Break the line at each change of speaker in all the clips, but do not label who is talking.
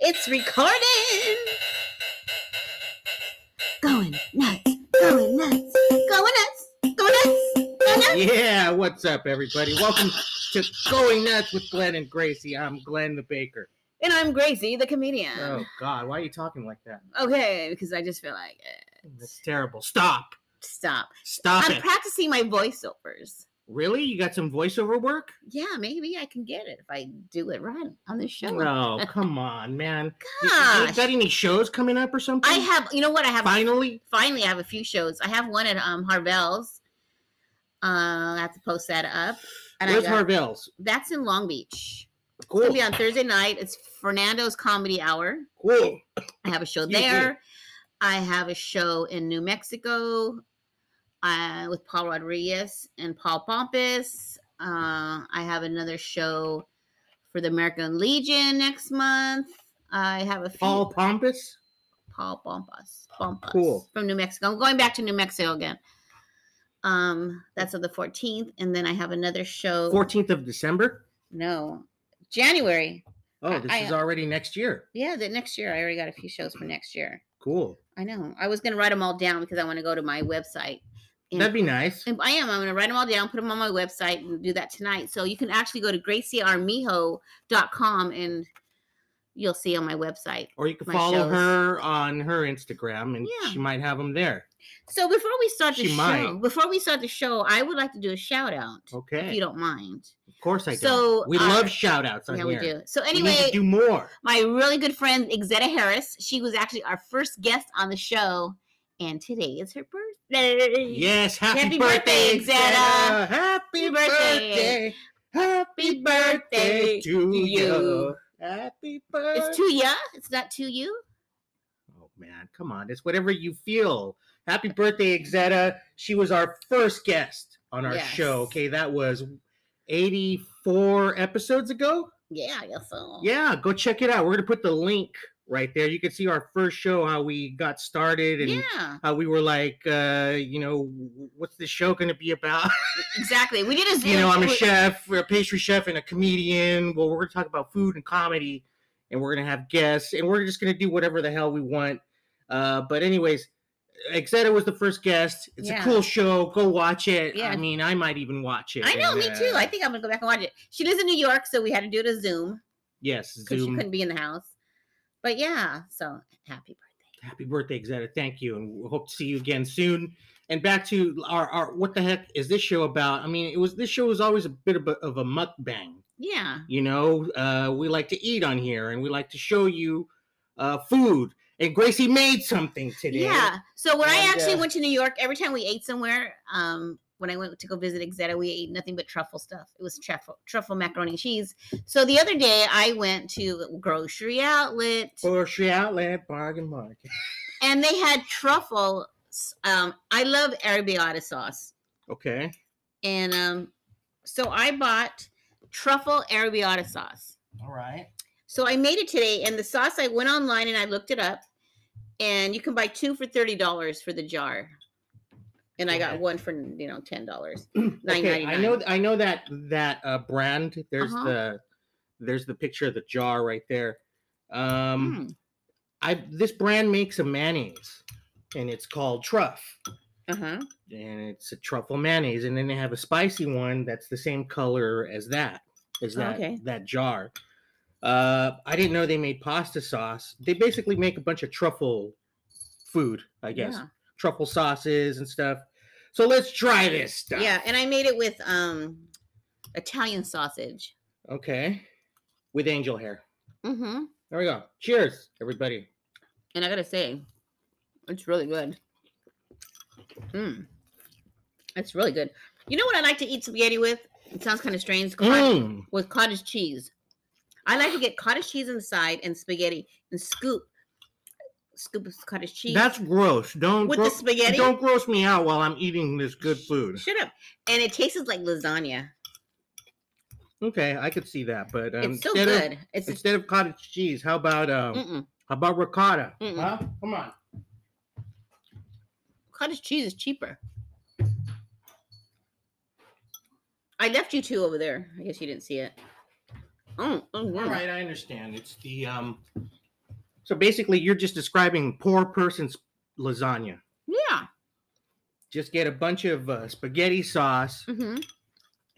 It's recording. Going nuts. Going nuts. Going nuts. Going nuts. Going nuts.
Yeah, what's up, everybody? Welcome to Going Nuts with Glenn and Gracie. I'm Glenn the Baker.
And I'm Gracie, the comedian.
Oh God, why are you talking like that?
Okay, because I just feel like eh,
That's terrible. Stop.
stop.
Stop
I'm
it.
practicing my voiceovers.
Really? You got some voiceover work?
Yeah, maybe I can get it if I do it right on this show.
No, Oh, come on, man. You- You,
Gosh.
got any shows coming up or something?
I have. You know what? I have.
Finally,
finally I have a few shows. I have one at um Harvell's. Uh, I have to post that up. And
where's
I got,
Marvell's?
that's in Long Beach. It's
Cool.
gonna be on Thursday night. It's Fernando's Comedy Hour.
Cool.
I have a show
Excuse me.
there. I have a show in New Mexico uh, with Paul Rodriguez and Paul Pompous. Uh, I have another show for the American Legion next month. I have a few.
Paul Pompous.
Paul Bompas. Bompas.
Cool.
From New Mexico. I'm going back to New Mexico again. Um, that's on the 14th, and then I have another show.
Fourteenth of December.
No, January.
Oh, this
I-
is already next year.
Yeah, the next year. I already got a few shows for next year.
Cool.
I know. I was gonna write them all down because I want to go to my website. And,
That'd be nice.
and I am. I'm gonna write them all down, put them on my website, and do that tonight. So you can actually go to graciearmijo.com and you'll see on my website.
Or you can
my
follow
shows.
her on her Instagram, and
Yeah.
she might have them there.
So before we start the
She
show,
might.
before we start the show, I would like to do a shout out.
Okay.
if you don't mind.
Of course I do.
So,
we
uh,
love shout outs on
Yeah, we
here.
do. So
We need to
anyway,
do more.
my really good friend Exetta Harris, she was actually our first guest on the show, and today is her birthday.
Yes, happy,
Happy
birthday,
birthday,
Xana.
Xana.
Happy
Happy birthday.
birthday. Happy birthday
birthday
to
to
you.
you.
Happy birthday.
It's to ya. It's not to you.
oh man, come on. It's whatever you feel. Happy birthday, Xetta. She was our first guest on our
Yes.
show. Okay, that was 84 episodes ago.
Yeah, I guess so.
Yeah, go check it out. We're gonna put the link right there. You can see our first show, how we got started and
Yeah,
how we were like, uh, you know, w- what's this show going to be about?
exactly. We did a Zoom.
you know, I'm a
we-
chef, we're a pastry chef, and a comedian. Well, we're going to talk about food and comedy, and we're going to have guests, and we're just going to do whatever the hell we want. Uh, but, anyways, Exeta was the first guest. It's a
Yeah.
cool show. Go watch it.
Yeah.
I mean, I might even watch it.
I know,
and,
me too.
uh,
I think I'm gonna go back and watch it. She lives in New York, so we had to do it a Zoom
yes,
because she
Zoom.
couldn't be in the house. But yeah, so happy
Happy birthday, Exeta. Thank you, and we hope to see you again soon. And back to our, our what the heck is this show about? I mean, it was this show was always a bit of a, of a mukbang.
birthday. Yeah,
You know, uh, we like to eat on here, and we like to show you uh, food. And Gracie made something today.
Yeah. So when I
And,
actually
uh,
went to New York, every time we ate somewhere, um, when I went to go visit Exetta, we ate nothing but truffle stuff. It was truffle, truffle macaroni and cheese. So the other day, I went to grocery outlet,
Grocery outlet, bargain market.
and they had truffle. s- Um, I love arrabbiata sauce,
Okay.
and um, so I bought truffle arrabbiata sauce.
All right.
So I made it today, and the sauce I went online and I looked it up, and you can buy two for thirty dollars for the jar, and I
Okay.
got one for you know ten dollars.
Okay. I
$9.99.
know. I know that that uh, brand. There's
Uh-huh.
the there's the picture of the jar right there. Um,
Hmm.
I this brand makes a mayonnaise, and it's called Truff.
Uh huh.
and it's a truffle mayonnaise and then they have a spicy one that's the same color as that as that
Okay.
that jar uh i didn't know they made pasta sauce they basically make a bunch of truffle food i guess
Yeah.
truffle sauces and stuff so let's try this stuff
yeah, and I made it with um Italian sausage.
okay with angel hair
Mm-hmm.
there we go cheers everybody
And I gotta say, it's really good. Mm. It's really good. You know what I like to eat spaghetti with? It sounds kind of strange. Cottage,
Mm.
with cottage cheese. I like to get cottage cheese on the side and spaghetti and scoop scoop of cottage cheese
that's gross don't
with
gro-
the spaghetti.
don't gross me out while i'm eating this good food
Shut up. And it tastes like lasagna.
okay i could see that but um,
it's so
instead of-
good. it's
instead of cottage cheese, how about um,
mm-mm.
how about ricotta?
Mm. Mm-mm.
Huh? Come on.
cottage cheese is cheaper. I left you two over there. I guess you didn't see it. Oh, oh
All
wow.
right, I understand. It's the um, So basically, you're just describing poor person's lasagna.
Yeah.
Just get a bunch of uh, spaghetti sauce
hmm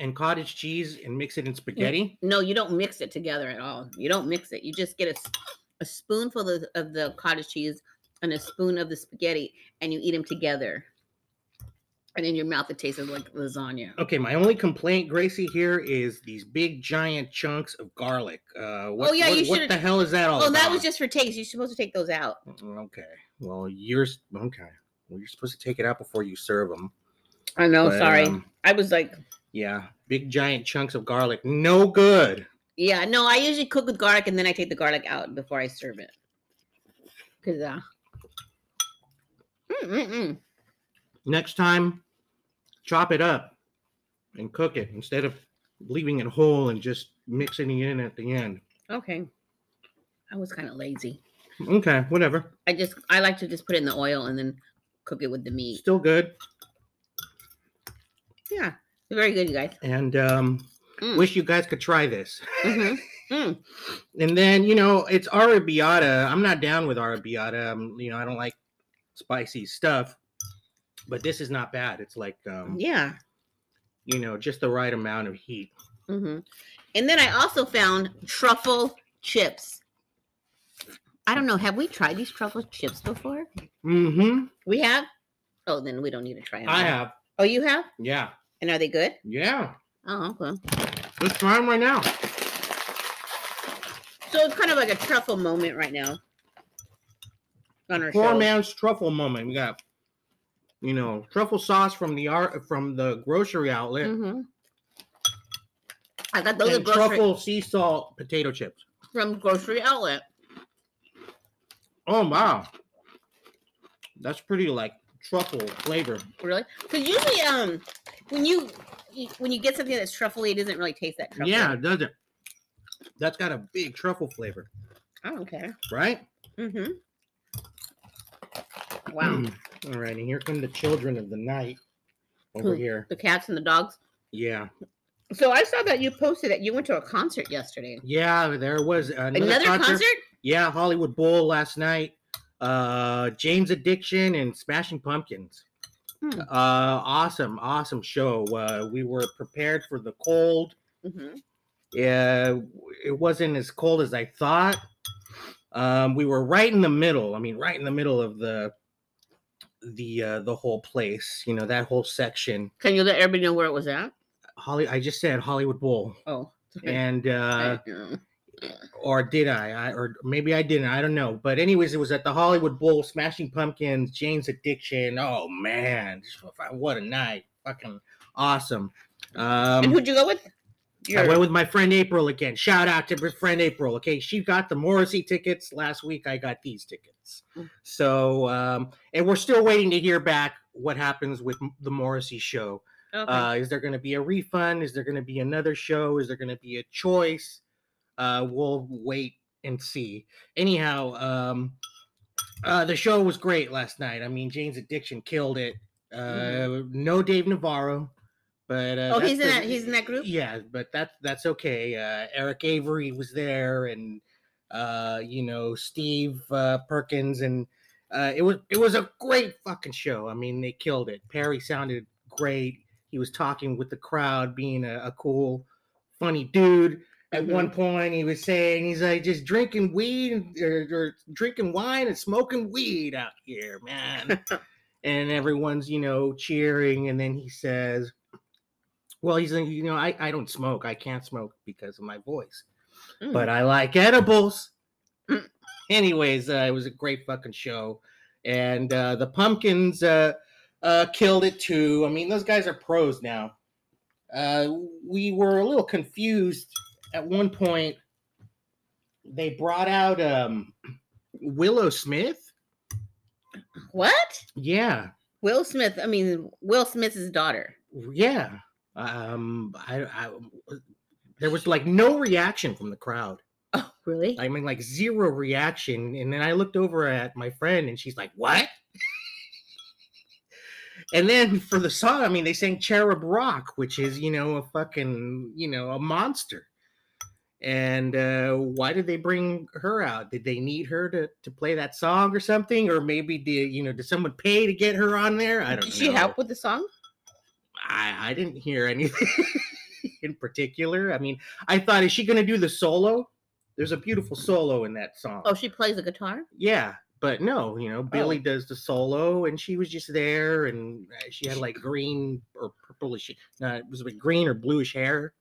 and cottage cheese and mix it in spaghetti.
No, you don't mix it together at all. You don't mix it. You just get a, s- a spoonful of, of the cottage cheese and a spoon of the spaghetti, and you eat them together. And in your mouth, it tastes like lasagna.
Okay, my only complaint, Gracie, here is these big giant chunks of garlic. Uh, what,
Oh, yeah,
what,
you
what
should've-
the hell is that all
Oh, that
about? Mm,
was just for taste. You're supposed to take those out.
Okay. Well, you're s- okay. Well, you're supposed to take it out before you serve them.
I know.
But,
Oh, sorry.
um,
I was like,
yeah, big giant chunks of garlic. No good.
yeah, no. I usually cook with garlic, and then I take the garlic out before I serve it. Cause uh, mm, mm, mm.
Next time, chop it up and cook it instead of leaving it whole and just mixing it in at the end.
okay. I was kind of lazy.
Okay, whatever.
I just I like to just put it in the oil and then cook it with the meat.
Still good.
Yeah, very good, you guys.
And um,
Mm.
wish you guys could try this.
Mhm.
And then, you know, it's arabiata. I'm not down with arabiata. Um, you know, I don't like spicy stuff. But this is not bad. It's like, um,
Yeah.
you know, just the right amount of heat.
hmm And then I also found truffle chips. I don't know. Have we tried these truffle chips before?
Mm-hmm.
We have. Oh, then we don't need to try them.
I
right?
have.
Oh, you have?
Yeah.
And are they good?
Yeah.
Oh, okay.
Let's try them right now.
So it's kind of like a truffle moment right now. On our
Poor
show.
man's truffle moment. We got, you know, truffle sauce from the art from the grocery outlet.
Mhm. I got those at
And
grocery
truffle sea salt potato chips.
from grocery outlet.
Oh wow. That's pretty like truffle flavor.
Really? Because usually, um, when you you- when you get something that's truffly, it doesn't really taste that truffly.
Yeah, it doesn't. That's got a big truffle flavor,
Oh, okay.
right?
Mm-hmm.
Hmm.
Wow.
All right, and here come the children of the night over
Mm.
here.
the cats and the dogs.
Yeah.
So I saw that you posted that you went to a concert yesterday.
Yeah, there was another,
Another concert?
Yeah, Hollywood Bowl last night. Uh James Addiction and Smashing Pumpkins.
Hmm.
Uh awesome, awesome show. Uh we were prepared for the cold.
Mm-hmm.
Yeah, it wasn't as cold as I thought. Um we were right in the middle. I mean, right in the middle of the the uh the whole place, you know, that whole section.
Can you let everybody know where it was at?
Holly I just said Hollywood Bowl.
Oh.
And uh
I- mm.
or did I? I or maybe I didn't. I don't know. But anyways, it was at the Hollywood Bowl, Smashing Pumpkins, Jane's Addiction. Oh man, just what- what a night! Fucking awesome.
and
Um,
who'd you go with?
I
Your-
went with my friend April again. Shout out to my friend April. Okay, she got the Morrissey tickets last week. I got these tickets.
Mm.
So, um, and we're still waiting to hear back what happens with m- the Morrissey show.
okay.
Uh, is there going to be a refund? Is there going to be another show? Is there going to be a choice? Uh, we'll wait and see. Anyhow, um, uh, the show was great last night. I mean, Jane's Addiction killed it. Uh,
Mhm.
No Dave Navarro, but uh,
Oh,
that's
he's in that- he's in that group?
Yeah, but that's that's okay. Uh, Eric Avery was there, and uh, you know Steve uh, Perkins, and uh, it was it was a great fucking show. I mean, they killed it. Perry sounded great. He was talking with the crowd, being a, a cool, funny dude. At one point, he was saying, "He's like just drinking weed and- or, or drinking wine and smoking weed out here, man." and everyone's you know cheering, and then he says, "Well, he's like, you know, I I don't smoke. I can't smoke because of my voice."
Mm.
but I like edibles.
Mm.
Anyways, uh, it was a great fucking show, and uh, the pumpkins uh, uh, killed it too. I mean, those guys are pros now. Uh, we were a little confused at one point. They brought out um, Willow Smith.
what?
Yeah,
Will Smith. I mean, Will Smith's daughter.
yeah. Um, I, I there was like no reaction from the crowd.
Oh, really?
I mean, like zero reaction. And then I looked over at my friend and she's like, What? and then for the song, I mean, they sang Cherub Rock, which is, you know, a fucking, you know, a monster. And uh, why did they bring her out? Did they need her to, to play that song or something? Or maybe did you know did someone pay to get her on there? I don't
Did
know.
she help with the song?
I, I didn't hear anything in particular. I mean, I thought, is she going to do the solo? There's a beautiful solo in that song.
Oh, she plays the guitar.
yeah, but no, you know, Billy does the solo, and she was just there, and uh, she had like green or purplish, no, it was like green or bluish hair,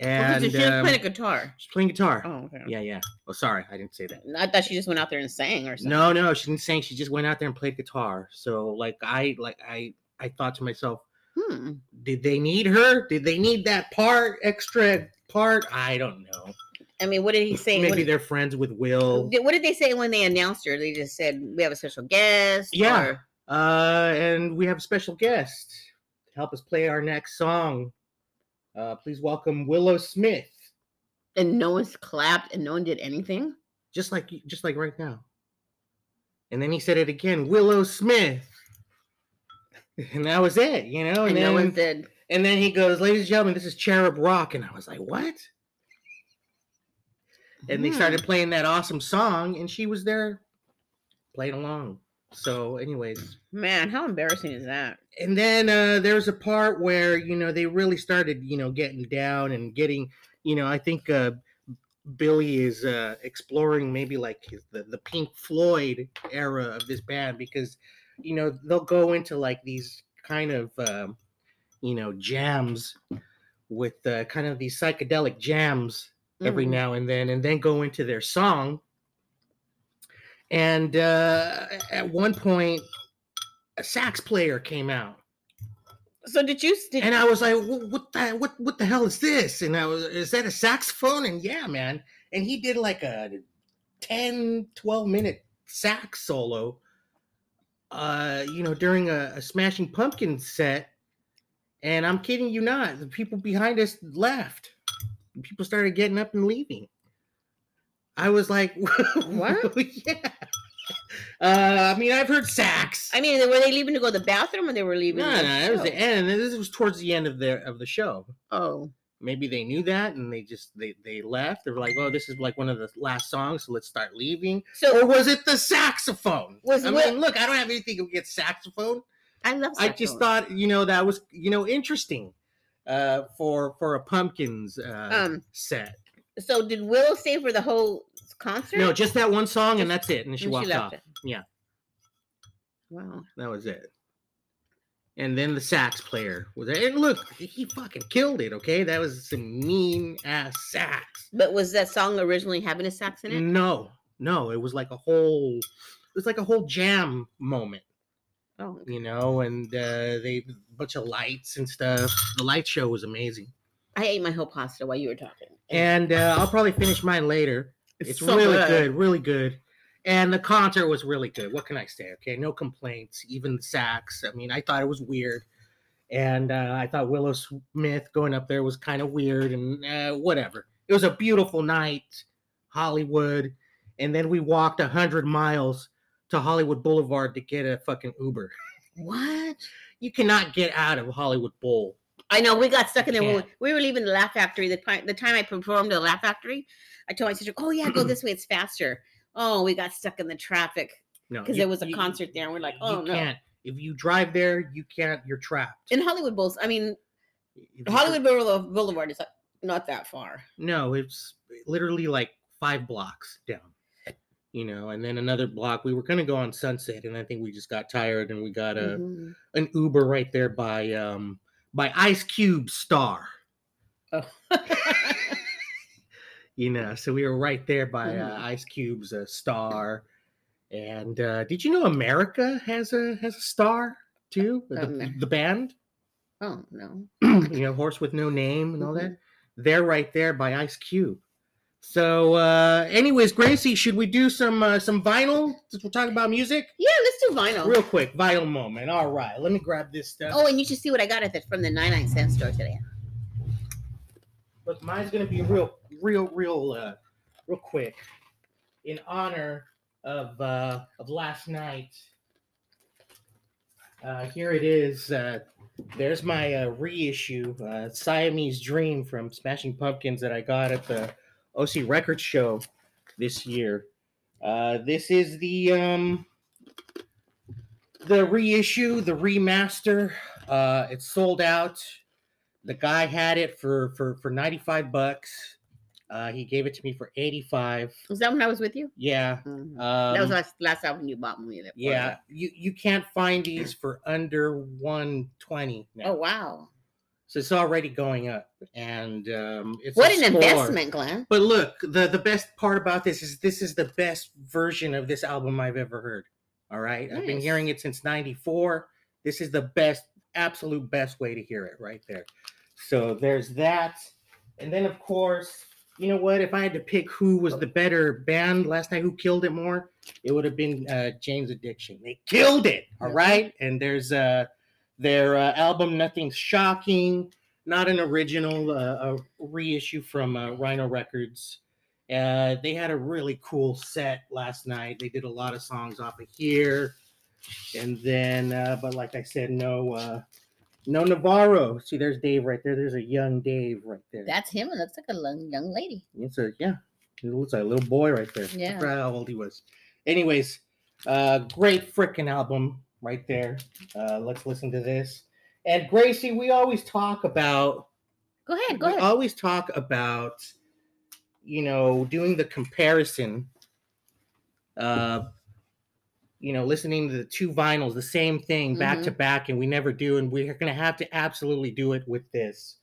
Okay,
and
so Oh, she doesn't
um,
play the guitar.
she's playing guitar.
Oh, okay.
Yeah, yeah. Oh, sorry, I didn't say that.
I thought she just went out there and sang or something.
No, no, she didn't sing. She just went out there and played guitar. So, like, I, like, I, I thought to myself,
Hmm.
did they need her? Did they need that part, extra part? I don't know.
I mean, what did he say?
Maybe
What,
they're friends with Will.
did, what did they say when they announced her? They just said we have a special guest.
Yeah.
or-
Uh, and we have a special guest to help us play our next song. Uh, please welcome Willow Smith.
and no one's clapped and no one did anything.
Just like just like right now. And then he said it again, Willow Smith. And that was it, you know.
and
And,
no
then
one did.
and then he goes, ladies and gentlemen, this is Cherub Rock. And I was like, what? and they
Hmm.
started playing that awesome song and she was there playing along so anyways
Man, how embarrassing is that?
and then uh there's a part where you know they really started you know getting down and getting you know i think uh billy is uh exploring maybe like his, the, the pink floyd era of this band because you know they'll go into like these kind of um you know jams with uh, kind of these psychedelic jams every
Mm.
now and then and then go into their song and uh, at one point a sax player came out
So did you? Did,
and i was like "Wha- what the, what, what the hell is this and i was is that a saxophone and yeah man and he did like a 10 12 minute sax solo uh you know during a, a smashing pumpkin set and i'm kidding you not the people behind us left people started getting up and leaving i was like
What?
yeah uh i mean i've heard sax
I mean, were they leaving to go to the bathroom or they were leaving?
no
the
no it was the
show?
end this was towards the end of their of the show
Oh,
maybe they knew that and they just they they left they were like oh this is like one of the last songs so let's start leaving or
so
was it the saxophone
Was
I
what-
mean, look i don't have anything against saxophone
I love.
i just
saxophone.
thought you know that was you know interesting uh for for a pumpkins uh
Um.
set
So did Will stay for the whole concert?
no just that one song and that's it and then she
And
walked off
it.
Yeah.
Wow.
that was it and then the sax player was there and look he fucking killed it okay that was some mean ass sax
But was that song originally having a sax in it?
No, no, it was like a whole, it was like a whole jam moment,
Oh,
you know. And uh, they bunch of lights and stuff. The light show was amazing,
I ate my whole pasta while you were talking.
and uh, I'll probably finish mine later. It's, really good. really good. And the concert was really good. What can I say? Okay, no complaints. Even the sax. I mean, I thought it was weird. And uh, I thought Willow Smith going up there was kind of weird and uh, whatever. It was a beautiful night. Hollywood, and then we walked a hundred miles to Hollywood Boulevard to get a fucking Uber.
What?
You cannot get out of Hollywood Bowl.
I know we got stuck in there. when
Yeah.
We, we were leaving the Laugh Factory. The, pi- the time I performed at the Laugh Factory, I told my sister, "Oh yeah, go this way. It's faster." Oh, we got stuck in the traffic
No,
because
you-
there was a
you-
concert there, and we're like,
you
"Oh no!"
can't. If you drive there, you can't. You're trapped.
In Hollywood Bowls, I mean,
If you-
Hollywood Boule- Boulevard is like, not that far.
No, it's literally like five blocks down. You know, and then another block. We were gonna go on Sunset, and I think we just got tired, and we got a
Mhm.
an Uber right there by um by Ice Cube Star.
Oh.
you know, so we were right there by uh,
Mhm.
Ice Cube's uh, star. And uh, did you know America has a has a star too? The,
Um,
the band,
Oh no!
you know, Horse with No Name and all that. They're right there by Ice Cube. So, uh, anyways, Gracie, should we do some uh, some vinyl? Since we're talking about music,
Yeah, let's do vinyl.
real quick, vinyl moment. All right, let me grab this stuff.
Oh, and you should see what I got at the, from the 99 cent store today.
but mine's gonna be real, real, real, uh, real quick in honor of uh, of last night. Uh, here it is. Uh, there's my uh, reissue, uh, Siamese Dream from Smashing Pumpkins that I got at the OC Records show this year. Uh, this is the um, the reissue, the remaster. Uh, it's sold out. The guy had it for for for 95 bucks. Uh, he gave it to me for 85.
Was that when I was with you?
Yeah.
Mhm.
Um,
that was last, last album you bought me. That
yeah, you you can't find these for under 120 now.
Oh wow!
So it's already going up, and um, it's a
What an
score.
investment, Glenn.
But look, the the best part about this is this is the best version of this album I've ever heard. All right, I've been
Nice.
hearing it since '94. This is the best, absolute best way to hear it right there. So there's that, and then of course, you know what? If I had to pick who was the better band last night, who killed it more, it would have been uh, James Addiction. They killed it. All
Mhm.
right, and there's uh their uh, album Nothing's Shocking not an original, uh, a reissue from uh, Rhino Records. Uh, they had a really cool set last night. They did a lot of songs off of here, and then, uh, but like I said, no, uh, no Navarro. See, there's Dave right there. There's a young Dave right there.
That's him. It looks like a young, young lady.
It's a yeah. He looks like a little boy right there. I
Yeah.
forgot how old he was. Anyways, uh, great freaking album right there. Uh, let's listen to this. And Gracie, we always talk about
Go ahead. Go
we
ahead.
always talk about you know doing the comparison uh you know listening to the two vinyls the same thing back
Mm-hmm.
to back and we never do and we're gonna have to absolutely do it with this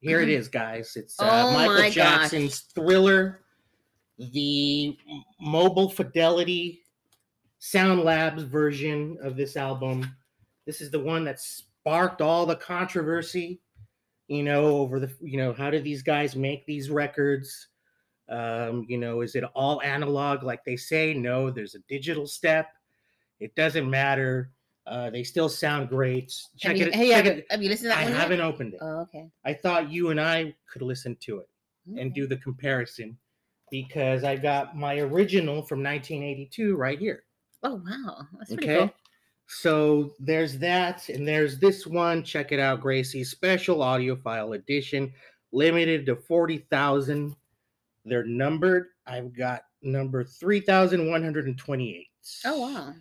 here it is guys it's uh,
Mm-hmm. Oh
michael
my gosh.
jackson's thriller the m- mobile fidelity sound labs version of this album this is the one that sparked all the controversy you know over the you know how do these guys make these records um you know is it all analog like they say no there's a digital step it doesn't matter uh they still sound great
have,
check
you,
it,
have, you,
check
have,
it.
you listened to that
i
one? yet?
haven't opened it
Oh, okay.
i thought you and i could listen to it and
Okay.
do the comparison because i got my original from 1982 right here
Oh wow, that's pretty
Okay.
cool.
So there's that, and there's this one. Check it out, Gracie. Special audiophile edition, limited to 40,000. They're numbered. I've got number 3,128.
Oh wow.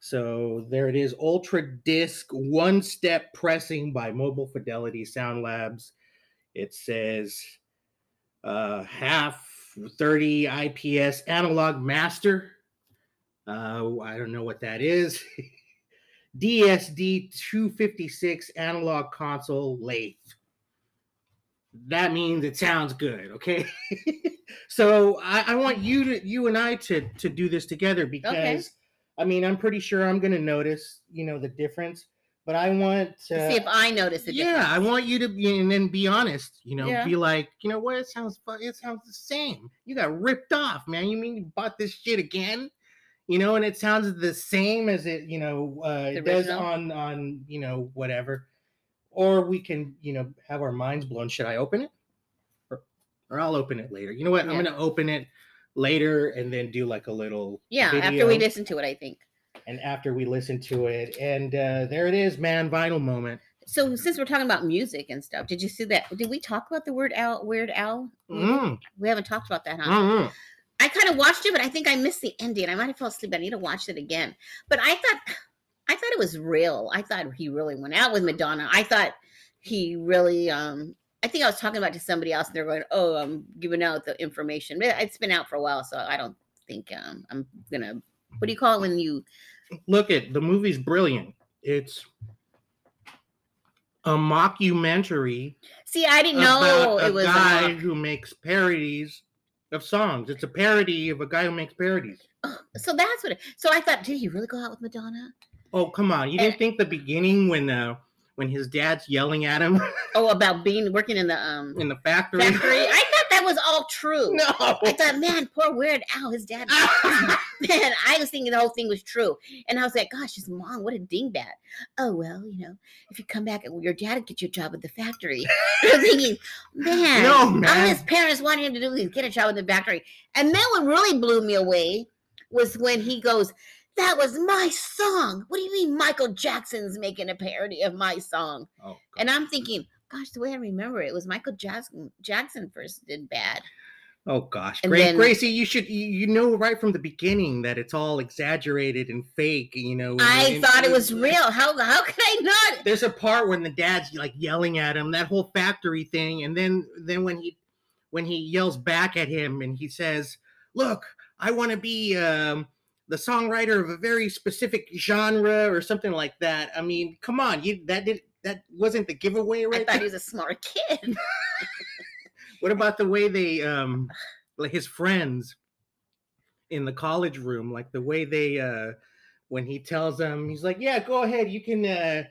So there it is Ultra Disc One Step Pressing by Mobile Fidelity Sound Labs. It says uh, half 30 IPS analog master. Uh, I don't know what that is. DSD 256 analog console lathe. That means it sounds good, okay? so I, I want you to you and I to to do this together because I mean I'm pretty sure I'm gonna notice, you know, the difference. But I want
To see if I notice it.
yeah, I want you to be and then be honest. You know,
Yeah.
be like, you know what? It sounds fu- it sounds the same. You got ripped off, man. You mean you bought this shit again? You know, and it sounds the same as it you know uh,
The
it does
original?
on on you know whatever. Or we can you know have our minds blown. Should I open it? Or, or I'll open it later. You know what? I'm
Yeah.
gonna open it later and then do like a little
Yeah, after we
video
listen to it, I think.
and after we listen to it and uh, there it is, man. Vinyl moment.
So since we're talking about music and stuff, did you see that? Did we talk about the word Al? Weird Al? movie?
Mm,
We haven't talked about that, huh?
mm, mm.
I kind of watched it, but I think I missed the ending. I might have fell asleep. I need to watch it again. But I thought, I thought it was real. I thought he really went out with Madonna. I thought he really. um I think I was talking about it to somebody else, and they're going, "Oh, I'm giving out the information." But it's been out for a while, so I don't think um I'm gonna. What do you call it when you?
look at the movie's brilliant. It's a mockumentary
See, I didn't know
about a
it was. a
guy
mock.
who makes parodies of songs. It's a parody of a guy who makes parodies.
so that's what. It, so I thought, did he really go out with Madonna?
Oh come on! You
Eh.
didn't think the beginning when uh, when his dad's yelling at him
Oh, about being working in the um
in the factory?
factory. I thought that was all true.
no.
I thought, man, poor Weird Al, his dad. man, I was thinking the whole thing was true. And I was like, gosh, his mom, what a dingbat. Oh, well, you know, if you come back, uh, your dad will get you a job at the factory. I'm thinking, man,
no
all
man.
his parents wanted him to do is get a job at the factory. And then what really blew me away was when he goes, That was my song. What do you mean Michael Jackson's making a parody of my song?
Oh,
And I'm thinking, gosh, the way I remember it, was Michael Jackson Jackson first did bad.
Oh gosh,
And
Gra-
then-
Gracie, you should you, you know right from the beginning that it's all exaggerated and fake. You know, and-
I
and-
thought it
and-
was real. How how could I not?
There's a part when the dad's like yelling at him, that whole factory thing, and then then when he when he yells back at him and he says, "Look, I want to be um, the songwriter of a very specific genre or something like that." I mean, come on, you that did that wasn't the giveaway
I
right
thought
there.
he was a smart kid.
What about the way they um like his friends in the college room, like the way they uh when he tells them he's like, Yeah, go ahead, you can uh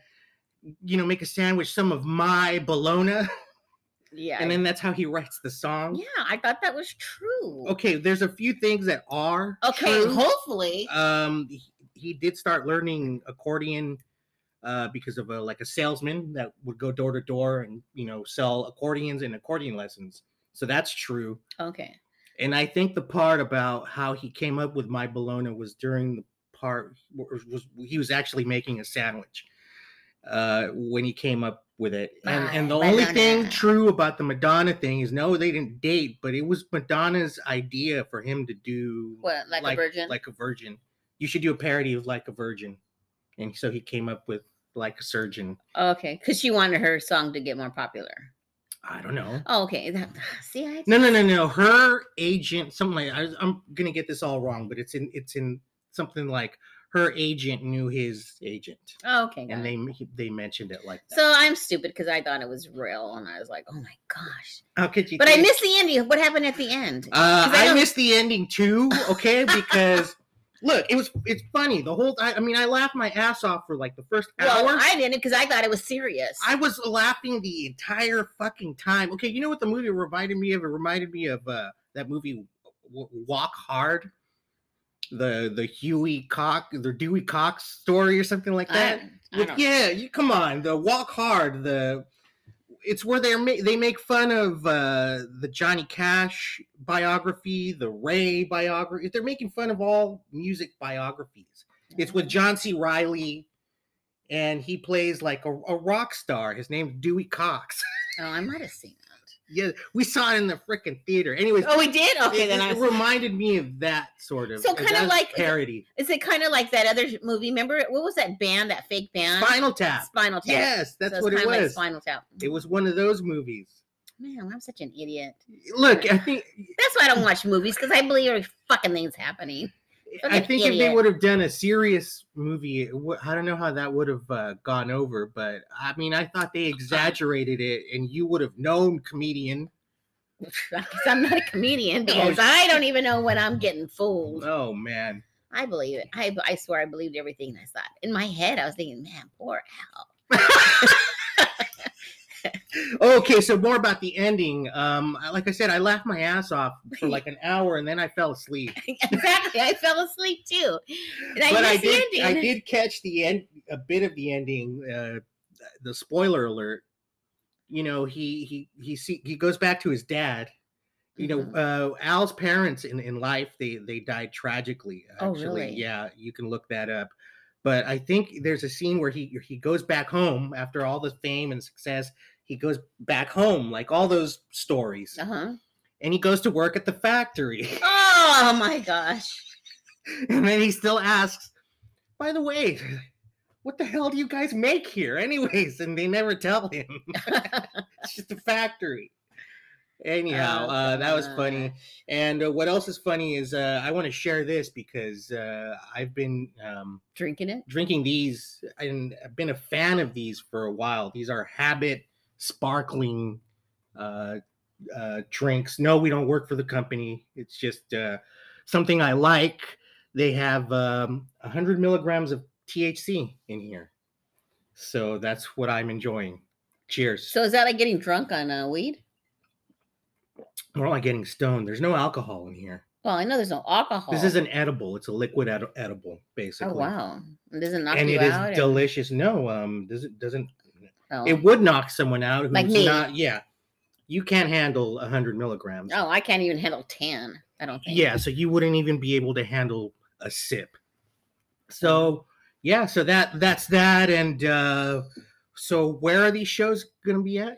you know make a sandwich some of my bologna
Yeah.
and then um, that's how he writes the song.
yeah, I thought that was true.
Okay, there's a few things that are
Okay,
Oh, true.
hopefully.
um he, he did start learning accordion uh, because of a like a salesman that would go door to door and you know sell accordions and accordion lessons so that's true
Okay.
And I think the part about how he came up with my bologna was during the part was, was he was actually making a sandwich uh, when he came up with it. And and the
My
only thing
bologna.
true about the Madonna thing is no, they didn't date, but it was Madonna's idea for him to do
What, like, a virgin?
like a virgin. You should do a parody of like a virgin. And so he came up with like a surgeon.
okay, because she wanted her song to get more popular.
I don't know.
Oh, okay. That, see, I
No, no, no, no. Her agent, something like I, I'm gonna get this all wrong, but it's in it's in something like her agent knew his agent,
Oh, okay. got
and
it.
they m- they mentioned it like that.
so I'm stupid because I thought it was real, and I was like, "Oh my gosh!"
how could you?
But I
think-
missed the ending. What happened at the end?
Uh,
'cause I
I,
don't-
missed the ending too. Okay, because look, it was it's funny the whole. I, I mean, I laughed my ass off for like the first
well,
hour.
I didn't because I thought it was serious.
I was laughing the entire fucking time. Okay, you know what the movie reminded me of? It reminded me of uh, that movie W- Walk Hard, the the Huey Cox, the Dewey Cox story or something like
I-
that.
I
With-
don't-
yeah, you come on. The Walk Hard, the it's where they ma- they make fun of uh, the Johnny Cash biography, the Ray biography. They're making fun of all music biographies. It's with John C. Riley, and he plays like a, a rock star. His name's Dewey Cox.
Oh, I might have seen that.
yeah, we saw it in the freaking theater. Anyways,
Oh, we did. Okay,
it,
then
it-
I
it
was.
reminded me of that sort of.
So
of
kinda
that
like-
parody.
Is it kind of like that other movie? Remember what was that band? That fake band?
Spinal Tap.
Spinal Tap.
Yes,
So
that's
it's
what it
kinda like
was.
Spinal Tap.
it was one of those movies.
Man, I'm such an idiot.
Look, I think
That's why I don't watch movies because I believe every fucking thing's happening.
I
Fucking
think if they
idiot.
would have done a serious movie, it wou- I don't know how that would have uh, gone over, but I mean, I thought they exaggerated it, and you would have known comedian.
Because I'm not a comedian
Oh,
because I don't even know when I'm getting fooled.
Oh man,
I believe it. I, I swear I believed everything I thought. In my head, I was thinking, man, poor Al.
okay. So more about the ending. Um, I- like I said, I laughed my ass off for like an hour, and then I fell asleep.
exactly. I fell asleep too. And I
but I
missed
did,
the
I
ending.
did catch the end, a bit of the ending. Uh, the spoiler alert. You know, he he he see he goes back to his dad. You know,
Mhm.
uh, Al's parents in in life they they died tragically.
Oh,
Actually,
really?
yeah, you can look that up. But I think there's a scene where he he goes back home after all the fame and success. He goes back home, like all those stories,
Uh-huh.
and he goes to work at the factory.
Oh my gosh.
And then he still asks, by the way, what the hell do you guys make here, anyways? And they never tell him. it's just a factory. Anyhow,
Oh,
uh, that was funny.
gosh.
And uh, what else is funny is uh, I want to share this because uh, I've been um,
Drinking it?
drinking these and I've been a fan of these for a while. These are Habit sparkling uh, uh, drinks. No, we don't work for the company. It's just uh, something I like. They have um, 100 milligrams of THC in here. So that's what I'm enjoying. Cheers.
So is that like getting drunk on uh, weed?
More like getting stoned. There's no alcohol in here.
Well, I know there's no alcohol.
This is an edible. It's a liquid edi- edible, basically.
Oh wow. It doesn't knock
And
you
it
out. or-
is delicious. No, um, does it doesn't
oh.
it would knock someone out who's
Like me.
not yeah you can't handle 100 milligrams
Oh, I can't even handle 10. I don't think.
yeah so you wouldn't even be able to handle a sip So yeah, so that that's that, and uh, so where are these shows gonna be at?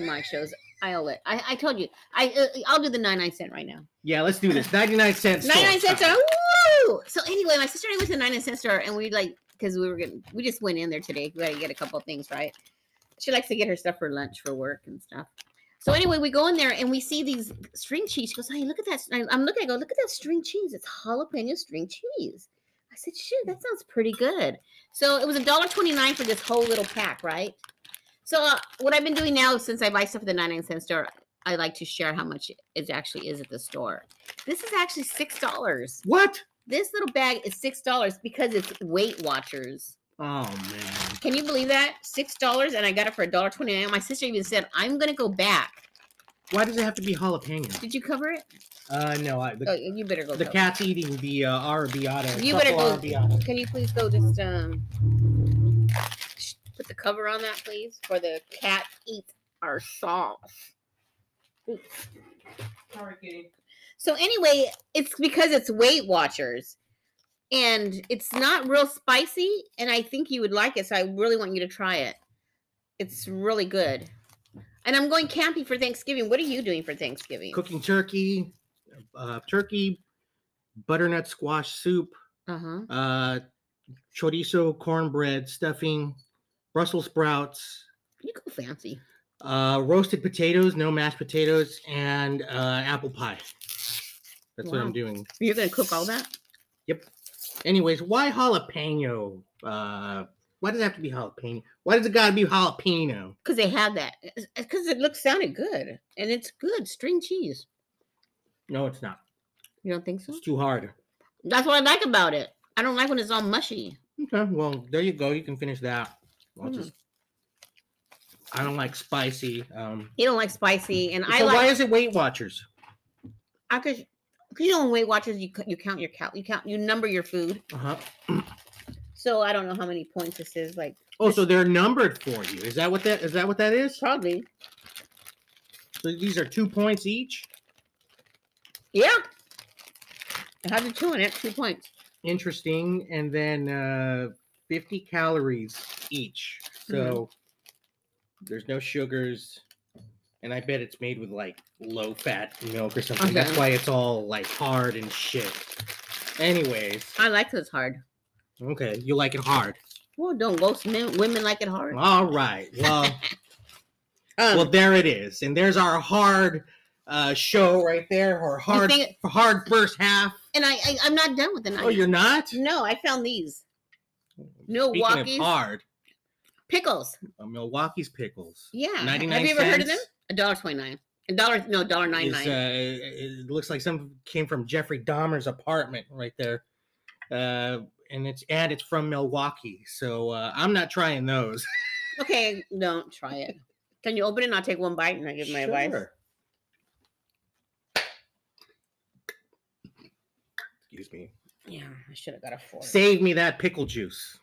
My shows. I'll let. I, I told you. I uh, I'll do the 99 cent right now.
yeah, let's do this. Ninety nine cents.
99 cent store. Woo! So anyway, my sister and I went to the 99 cent store and we like because we were gonna we just went in there today. We had to get a couple of things right. She likes to get her stuff for lunch for work and stuff. So anyway, we go in there and we see these string cheese. She goes, "Hey, look at that!" I- I'm looking. I go, "Look at that string cheese. It's jalapeno string cheese." I said, "Shit,
Mm.
that sounds pretty good." So it was a dollar twenty nine for this whole little pack, right? So uh, what I've been doing now since I buy stuff at the 99 cent store, I like to share how much it actually is at the store. This is actually six dollars.
What?
This little bag is six dollars because it's Weight Watchers.
Oh man.
Can you believe that? Six dollars, and I got it for a dollar twenty nine. My sister even said, "I'm gonna go back."
Why does it have to be jalapeno?
Did you cover it?
Uh, no, I, the,
Oh, you better go.
the
cover.
cat's eating the uh, arrabbiata.
You better
truffle
go-
arrabbiata.
Can you please go just um sh- put the cover on that, please, for the cat eats our sauce. So anyway, it's because it's Weight Watchers. And it's not real spicy, and I think you would like it, so I really want you to try it. It's really good. And I'm going camping for Thanksgiving. What are you doing for Thanksgiving?
Cooking turkey, uh, turkey, butternut squash soup,
Uh-huh.
uh, chorizo, cornbread, stuffing, Brussels sprouts,
You go fancy.
uh, roasted potatoes, no mashed potatoes, and uh, apple pie. That's what
Wow.
I'm doing.
You're gonna cook all that?
Anyways, why jalapeno? Uh, why does it have to be jalapeno? Why does it gotta be jalapeno?
Because they had that. eh, Because it looked sounded good. And it's good. String cheese.
No, it's not.
You don't think so?
It's too hard.
That's what I like about it. I don't like when it's all mushy.
Okay, well, there you go. You can finish that. I'll
Mm.
just. I don't like spicy. Um,
You don't like spicy, and I
so
like.
why is it Weight Watchers?
I could. Cause you know, on Weight Watchers, you c- you count your cal, you count you number your food.
Uh huh.
So I don't know how many points this is. Like
Oh, so they're numbered for you. Is that what that is? That what that is?
probably,
So these are two points each.
yeah. I had the two in it, two points.
Interesting. And then uh, fifty calories each.
Mhm.
So
Mm-hmm.
there's no sugars, and I bet it's made with like low fat milk or something. That's
Okay.
why it's all like hard and shit. Anyways,
I like those hard.
okay, you like it hard.
Well, don't ghost men. Women like it hard.
All right. Well,
Um,
well, there it is, and there's our hard uh, show right there, or hard,
think-
hard first half.
and I, I I'm not done with the night.
Oh, you're not.
no, I found these
Speaking
Milwaukee's
of hard,
pickles.
uh, Milwaukee's pickles.
Yeah, have
99
you ever heard of them?
cents
A dollar twenty nine. A dollar no dollar ninety
is, uh,
nine.
it it looks like some came from Jeffrey Dahmer's apartment right there, uh, and it's and it's from Milwaukee. So uh, I'm not trying those.
Okay, don't try it. Can you open it? and I'll take one bite and I give my advice.
Sure. Excuse me.
Yeah, I should have got a four.
Save me that pickle juice.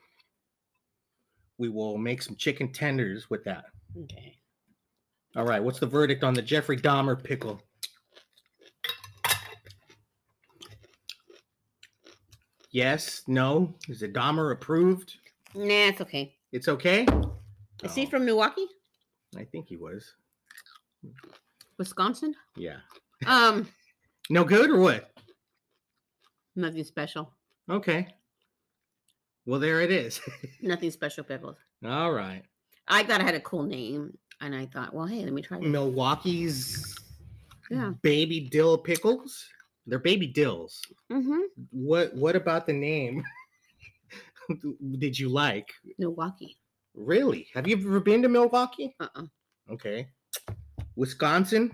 We will make some chicken tenders with that.
Okay.
All right, what's the verdict on the Jeffrey Dahmer pickle? Yes, no. Is it Dahmer approved?
Nah, it's okay.
It's okay?
Is he
Oh,
from Milwaukee,
I think he was.
Wisconsin?
Yeah.
Um,
No good or what?
nothing special.
Okay. Well, there it is.
Nothing special, pickles.
All right.
I thought I had a cool name, and I thought, well, hey, let me
Mm.
try. This.
Milwaukee's
Yeah.
baby dill pickles. They're baby dills.
Mm-hmm.
What what about the name? Did you like?
Milwaukee.
Really? Have you ever been to Milwaukee?
Uh. uh
Okay. Wisconsin?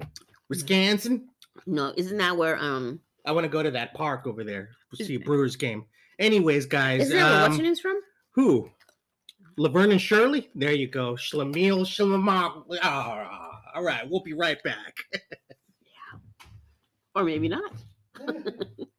Wisconsin?
No, isn't that where um?
I want to go to that park over there.
Is-
See a Brewers game. Anyways, guys,
Isn't that where what's
um,
your name's from?
who? Laverne and Shirley? There you go. Schlemiel, Schlemar. Ah, all right, we'll be right back.
Or maybe not.